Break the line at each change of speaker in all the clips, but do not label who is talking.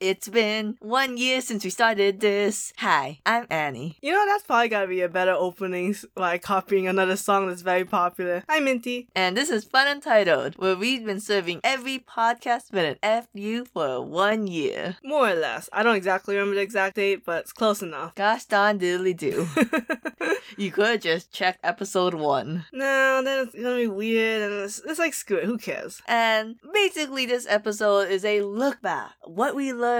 It's been one year since we started this. Hi, I'm Annie.
You know, that's probably gotta be a better opening, s- like copying another song that's very popular. Hi, Minty.
And this is Fun Untitled, where we've been serving every podcast with an FU for one year.
More or less. I don't exactly remember the exact date, but it's close enough.
Gosh darn diddly do. you could have just checked episode one.
no, then it's gonna be weird, and it's, it's like, screw it, who cares?
And basically, this episode is a look back, what we learned,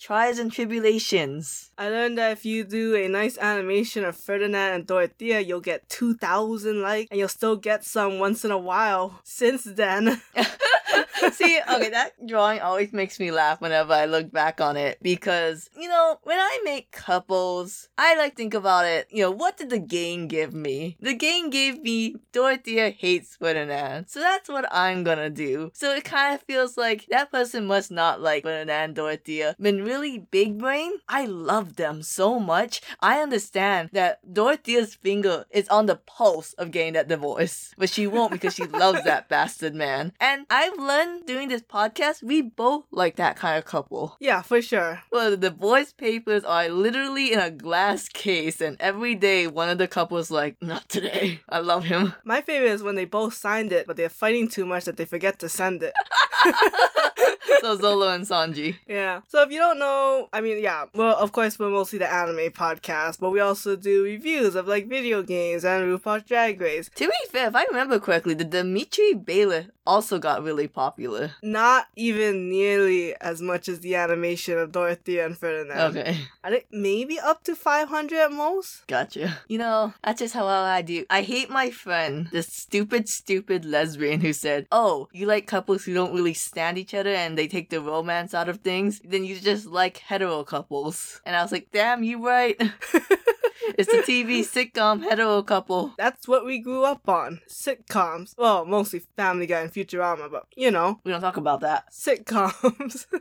trials and tribulations.
I learned that if you do a nice animation of Ferdinand and Dorothea, you'll get 2,000 likes, and you'll still get some once in a while since then.
See, okay, that drawing always makes me laugh whenever I look back on it because, you know, when I make couples, I like think about it, you know, what did the game give me? The game gave me Dorothea hates Ferdinand. So that's what I'm gonna do. So it kind of feels like that person must not like Ferdinand and Dorothea. Been really big brain, I love them so much. I understand that Dorothea's finger is on the pulse of getting that divorce, but she won't because she loves that bastard man. And I've learned during this podcast, we both like that kind of couple.
yeah, for sure.
Well, the divorce papers are literally in a glass case, and every day one of the couple's like, Not today. I love him.
My favorite is when they both signed it, but they're fighting too much that they forget to send it.
so Zolo and Sanji.
Yeah. So if you don't know, I mean, yeah. Well, of course, we're mostly the anime podcast, but we also do reviews of like video games and RuPaul's Drag Race.
To be fair, if I remember correctly, the Dimitri Bailiff also got really popular.
Not even nearly as much as the animation of Dorothea and Ferdinand.
Okay.
I think maybe up to 500 at most.
Gotcha. You know, that's just how I do. I hate my friend, this stupid, stupid lesbian who said, Oh, you like couples who don't really stand each other and they take the romance out of things, then you just like hetero couples. And I was like, Damn, you right. it's the TV sitcom hetero couple.
That's what we grew up on. Sitcoms. Well, mostly Family Guy and Futurama, but you know,
We don't talk about that.
sitcoms.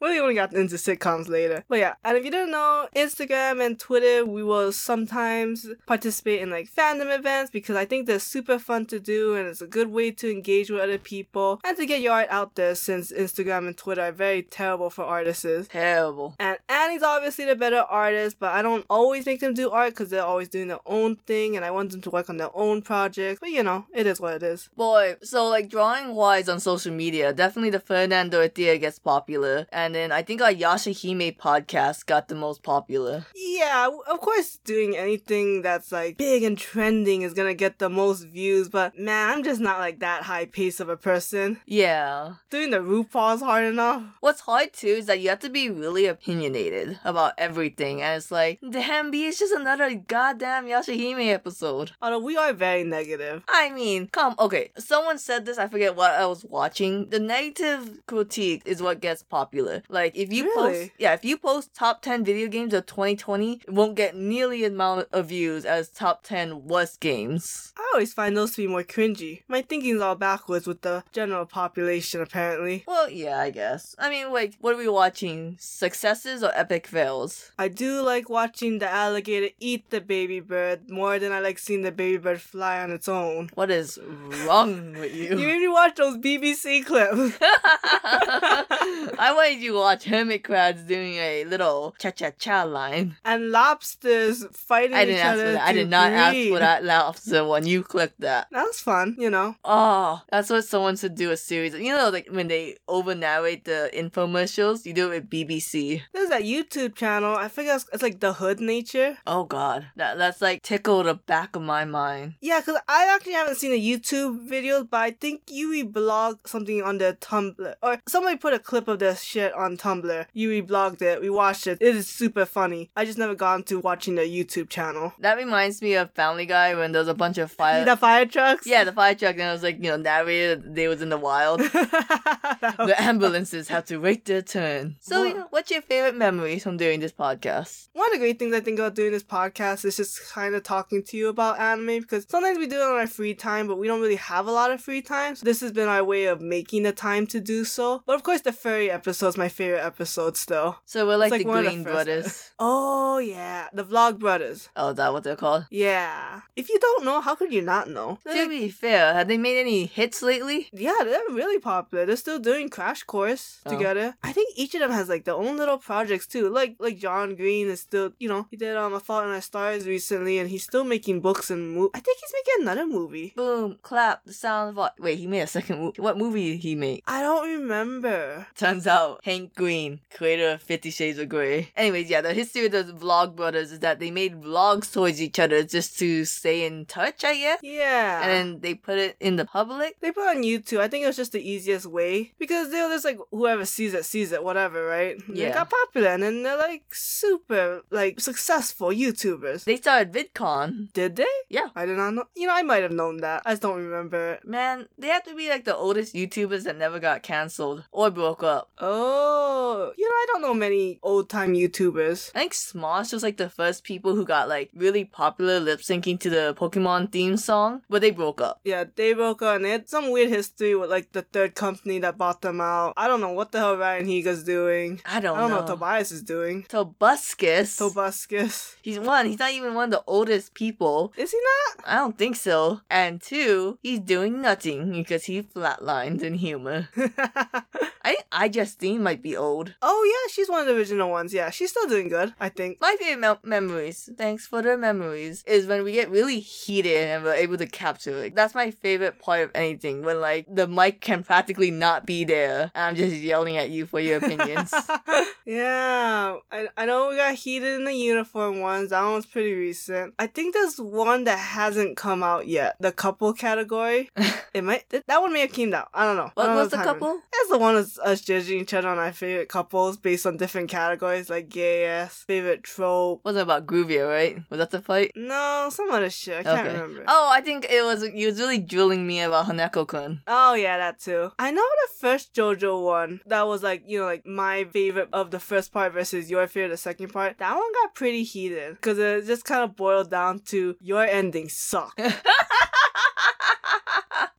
Really only got into sitcoms later. But yeah, and if you didn't know, Instagram and Twitter, we will sometimes participate in like fandom events because I think they're super fun to do and it's a good way to engage with other people and to get your art out there since Instagram and Twitter are very terrible for artists.
Terrible.
And Annie's obviously the better artist, but I don't always make them do art because they're always doing their own thing and I want them to work on their own projects. But you know, it is what it is.
Boy, so like drawing wise on social media, definitely the Fernando Dorothea gets popular. And then I think our Yashahime podcast got the most popular.
Yeah, w- of course, doing anything that's like big and trending is gonna get the most views, but man, I'm just not like that high pace of a person.
Yeah.
Doing the RuPaul's hard enough.
What's hard too is that you have to be really opinionated about everything, and it's like, damn, B, it's just another goddamn Yashahime episode.
Although we are very negative.
I mean, come, okay, someone said this, I forget what I was watching. The negative critique is what gets popular. Like, if you post,
Really?
yeah, if you post top 10 video games of 2020, it won't get nearly the amount of views as top 10 worst games.
I always find those to be more cringy. My thinking's all backwards with the general population, apparently.
Well, yeah, I guess. I mean, like, what are we watching? Successes or epic fails?
I do like watching the alligator eat the baby bird more than I like seeing the baby bird fly on its own.
What is wrong with
You made me watch those BBC clips.
I wanted you to watch hermit crabs doing a little cha cha cha line.
and lobsters fighting
I didn't
each
ask
other.
for that. I
to
did not ask for
breed.
that lobster one. You clicked that.
That was fun, you know.
Oh, that's what someone should do a series. You know, like when they over narrate the infomercials, you do it with BBC.
There's that YouTube channel. I think it's, it's like the Hood Nature.
Oh God, that that's like tickle the back of my mind.
Yeah, because I actually haven't seen the YouTube videos, but I think Yui blogged something on their Tumblr. Or somebody put a clip of their shit on Tumblr. Yui blogged it. We watched it. It is super funny. I just never got into watching their YouTube channel.
That reminds me of Family Guy when there was a bunch of fire.
the fire trucks?
yeah, the fire truck, and it was like you know narrated that they was in the wild.
That was-
the ambulances have to wait their turn. So,
Wha-
you know, what's your favorite memories from doing this podcast.
One of the great things I think about doing this podcast is just kind of talking to you about anime because sometimes we do it on our free time, but we don't really have a lot of free time. So this has been our way of making the time to do so. But of course, the furry episode is my favorite episode still.
So we're like,
like
the
one of the
Green
first-
Brothers.
Oh yeah, the Vlog Brothers.
Oh, is that what they're called?
Yeah. If you don't know, how could you not know? They're
To
like-
be fair, have they made any hits lately?
yeah, they're really popular. They're still doing Crash Course
Oh.
together. I think each of them has like their own little projects too. Like like John Green is still, you know, he did um, A Fault in Our Stars recently, and he's still making books and mo- I think he's making another movie.
Boom, clap, the sound of art. Wait, he made a second movie. What movie did he make?
I don't remember.
Turns out Hank Green, creator of Fifty Shades of Grey. Anyways, yeah, the history of the Vlog Brothers is that they made vlogs towards each other just to stay in touch, I guess.
Yeah.
And then they put it in the public.
They put it on YouTube. I think it was just the easiest way because they were just like whoever sees it sees it, whatever, right? And They
Yeah.
got popular and then they're like super like successful YouTubers.
They started VidCon.
Did they?
Yeah.
I did not know. You know, I might have known that. I just don't remember it.
Man, they have to be like the oldest YouTubers that never got cancelled or broke up.
Oh, you know, I don't know many old time YouTubers.
I think Smosh was like the first people who got like really popular lip syncing to the Pokemon theme song, but they broke up.
Yeah, they broke up and they had some weird history with like the third company that bought them out. I don't know what the hell Ryan Higa's doing.
I don't,
I don't know.
know.
what Tobias is doing.
Tobuscus.
Tobuscus.
he's one, he's not even one of the oldest people.
Is he not?
I don't think so. And two, he's doing nothing because he flatlined in humor. I think I Justine might be old.
oh yeah, she's one of the original ones. Yeah, she's still doing good, I think.
My favorite mem- memories, thanks for the memories, is when we get really heated and we're able to capture it. That's my favorite part of anything, when like the mic can practically not be there and I'm just yelling at you for your opinions.
yeah, I, I know we got heated in the uniform ones. That one's pretty recent. I think there's one that hasn't come out yet. The couple category. it might th- that one may have came out. I don't know. I
what
don't
was
know
the
timing.
couple?
That's the one that's us judging each other on our favorite couples based on different categories like gay ass, favorite trope.
Wasn't about Groovia, right? Was that the fight?
No, some other shit. I can't
Okay.
remember.
Oh, I think it was. You was really drilling me about Hanako kun.
Oh yeah, that too. I know the first JoJo one that was like you know like my favorite of the first part versus your favorite of the second part. That one got pretty heated because it just kind of boiled down to your ending sucked,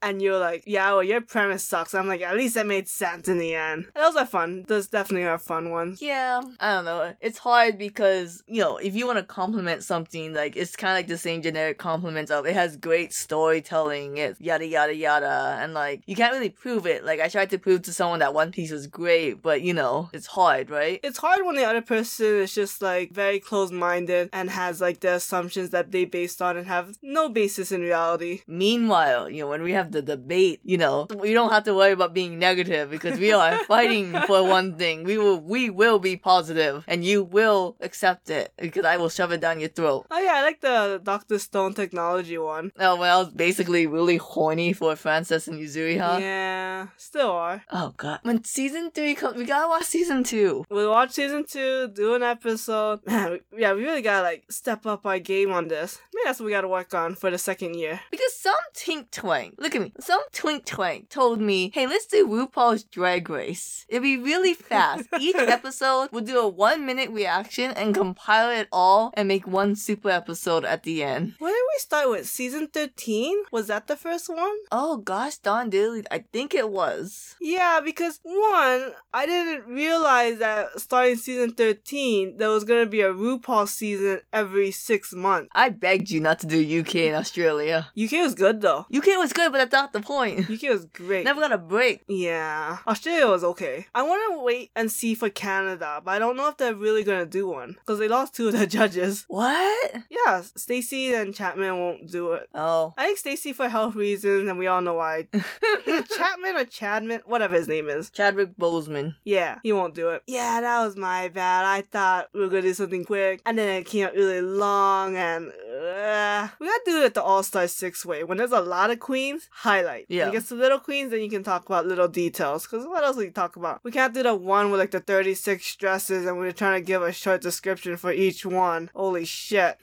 and you're like, yeah, well your premise sucks. I'm like, at least it made sense in the end. And those are fun. Those definitely are fun ones.
Yeah, I don't know. It's hard because, you know, if you want to compliment something, like, it's kind of like the same generic compliments of it has great storytelling, it's yada, yada, yada. And, like, you can't really prove it. Like, I tried to prove to someone that One Piece was great, but, you know, it's hard, right?
It's hard when the other person is just like very closed minded and has like the assumptions that they based on and have no basis in reality.
Meanwhile, you know, when we have the debate, you know, we don't have to worry about being negative because we are fighting for one thing. We will, we will be positive and you will accept it because I will shove it down your throat.
Oh yeah, I like the Doctor Stone technology one.
Oh, when I was basically really horny for Frances and Yuzuri, huh?
Yeah, still are.
Oh god. When season three comes, we gotta watch season two.
We'll watch season two, do an episode. Man, we- yeah, we really gotta like step up our game on this. Maybe that's what we gotta work on for the second year.
Because some twink twang, look at me, some twink twang told me, hey, let's do RuPaul's Drag Race. It'd be really fast. Each episode, we'll do a one minute reaction and compile it all and make one super episode at the end.
What did we start with? Season thirteen? Was that the first one?
Oh gosh, Don Daly, I think it was.
Yeah, because one, I didn't realize that starting season thirteen there was gonna be a RuPaul season every six months.
I begged you not to do UK and Australia.
UK was good though.
UK was good, but that's not the point.
UK was great.
Never got a break.
Yeah. Australia was okay. I want to wait and see for Canada, but I don't know if they're really going to do one because they lost two of their judges.
What?
Yeah, Stacy and Chapman won't do it.
Oh.
I think Stacy for health reasons, and we all know why. Either Chapman or Chadman, whatever his name is.
Chadwick Boseman.
Yeah, he won't do it. Yeah, that was my bad. I thought we were going to do something quick, and then it came out really long, and uh, we gotta do it the All Star Six way. When there's a lot of queens, highlight. When
Yeah.
it gets to little queens, then you can talk about little details. Cause what else we talk about? We can't do the one with like the 36 dresses, and we're trying to give a short description for each one. Holy shit.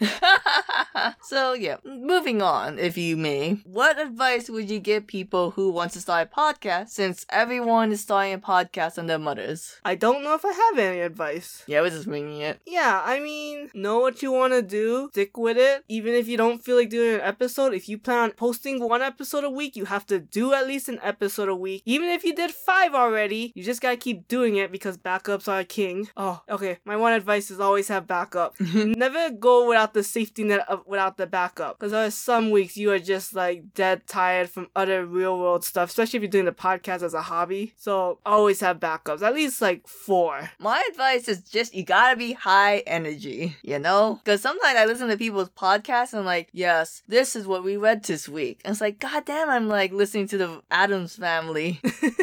so yeah, moving on, if you may. What advice would you give people who want to start a podcast since everyone is starting a podcast on their mothers?
I don't know if I have any advice.
Yeah, we're just winging it.
Yeah, I mean, know what you want to do, stick with it. Even if you don't feel like doing an episode, if you plan on posting one episode a week, you have to do at least an episode a week. Even if you did five already, you just gotta keep doing it because backups are king. Oh, okay. My one advice is always have backup. Never go without the safety net of without the backup. Because there are some weeks you are just like dead tired from other real world stuff, especially if you're doing the podcast as a hobby. So always have backups, at least like four.
My advice is just you gotta be high energy, you know? Because sometimes I listen to people's podcasts and I'm like, yes, this is what we read this week. And it's like, god damn, I'm like listening to the Adams family.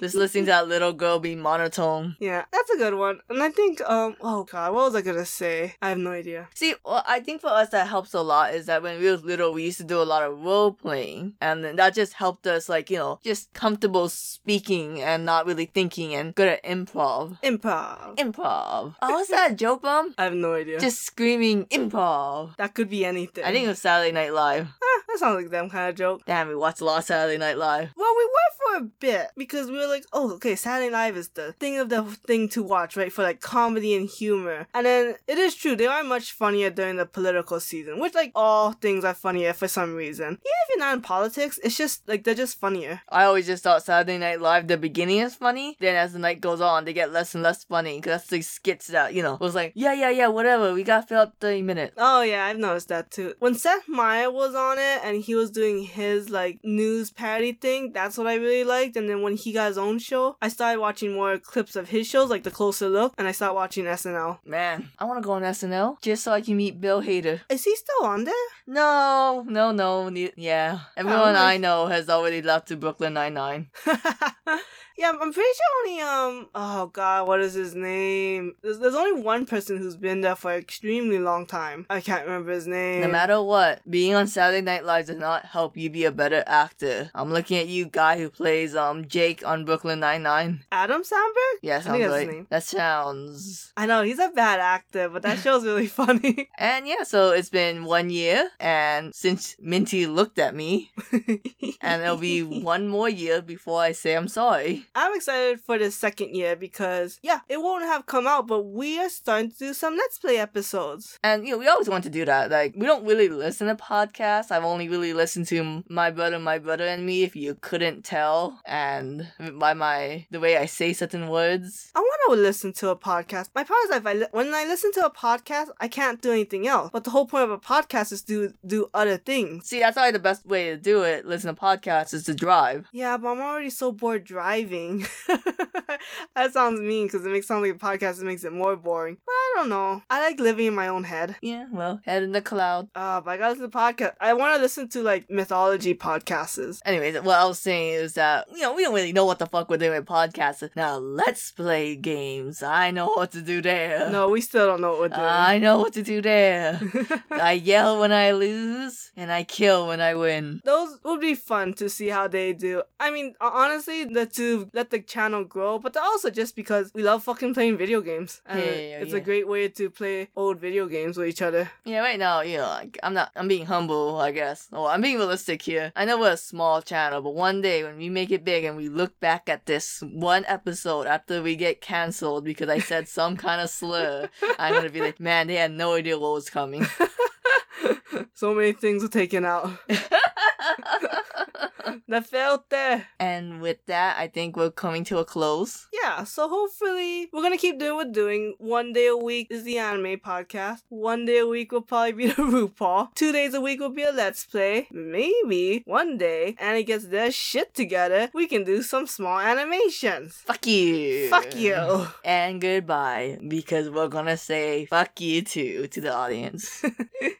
just listening to that little girl be monotone.
Yeah, that's a good one. And I think, um, oh god, what was I gonna say? I have no idea.
See, well, I think for us that helps a lot is that when we was little, we used to do a lot of role playing, and then that just helped us, like you know, just comfortable speaking and not really thinking and good at improv.
Improv.
Improv. Oh, was that a joke bomb?
I have no idea.
Just screaming improv.
that could be anything.
I think it was Saturday Night Live.
Ah, that sounds like them kind of joke.
Damn, we watched a lot of Saturday Night Live.
Well, we were for a bit because we were like, oh, okay, Saturday Night Live is the thing of the thing to watch, right? For like comedy and humor. And then it is true, they are much funnier during the political season, which like all things are funnier for some reason. Even if you're not in politics, it's just like they're just funnier.
I always just thought Saturday Night Live, the beginning is funny. Then as the night goes on, they get less and less funny because that's the skits that, you know, was like, yeah, yeah, yeah, whatever. We got to fill up 30 minutes.
Oh yeah, I've noticed that too. When Seth Meyers was on it and he was doing his like news parody thing, that's what I really liked. And then when he got his own show, I started watching more clips of his shows, like The Closer Look, and I started watching SNL.
Man, I want to go on SNL just so I can meet Bill Hader.
Is he still on there?
No, no, no. ne- Yeah, everyone
my-
I know has already left to Brooklyn Nine Nine.
yeah, I'm pretty sure only um oh god, what is his name? There's, there's only one person who's been there for an extremely long time. I can't remember his name.
No matter what, being on Saturday Night Live does not help you be a better actor. I'm looking at you, guy who plays um Jake on Brooklyn Nine Nine.
Adam Sandberg?
Yeah,
I think
sounds
that's his
like
name.
that sounds.
I know he's a bad actor, but that show's really funny.
And yeah, so it's been one year, and since Minty looked at me, and it'll be one more year before I say I'm sorry.
I'm excited for the second year because yeah, it won't have come out, but we are starting to do some Let's Play episodes.
And you know, we always want to do that. Like we don't really listen to podcasts. I've only really listened to M- my brother, my brother and me. If you couldn't tell, and by my the way I say certain words.
I want to listen to a podcast. My problem is if I li- when I listen to a podcast, I can't do anything else. But the whole point of a podcast is to do other things.
See, that's probably the best way to do it. Listen to podcasts is to drive.
Yeah, but I'm already so bored driving. that sounds mean because it makes it sound like a podcast. It makes it more boring. But I don't know. I like living in my own head.
Yeah, well, head in the cloud.
Uh, but I gotta listen to podcast. I want to listen to like mythology podcasts.
Anyways, what I was saying is that you know we don't really know what the fuck we're doing with podcasts. Now let's play games. I know what to do there.
No, we still don't know what we're doing.
I know what to do there. I yell when I lose, and I kill when I win.
those would be fun to see how they do. I mean, ho- honestly, the to let the channel grow, but also just because we love fucking playing video games. And
Yeah, yeah, yeah,
it's a
yeah.
great way to play old video games with each other.
Yeah, right now, you know, like, I'm not, I'm being humble, I guess. Or I'm being realistic here. I know we're a small channel, but one day when we make it big and we look back at this one episode after we get canceled because I said some kind of slur, I'm gonna be like, man, they had no idea what was coming.
so many things were taken out. the filter.
and with that, I think we're coming to a close.
Yeah, so hopefully we're gonna keep doing what we're doing. One day a week is the anime podcast. One day a week will probably be the RuPaul. Two days a week will be a Let's Play. Maybe one day, and it gets their shit together, we can do some small animations.
Fuck you.
Fuck you.
And goodbye, because we're gonna say fuck you too to the audience.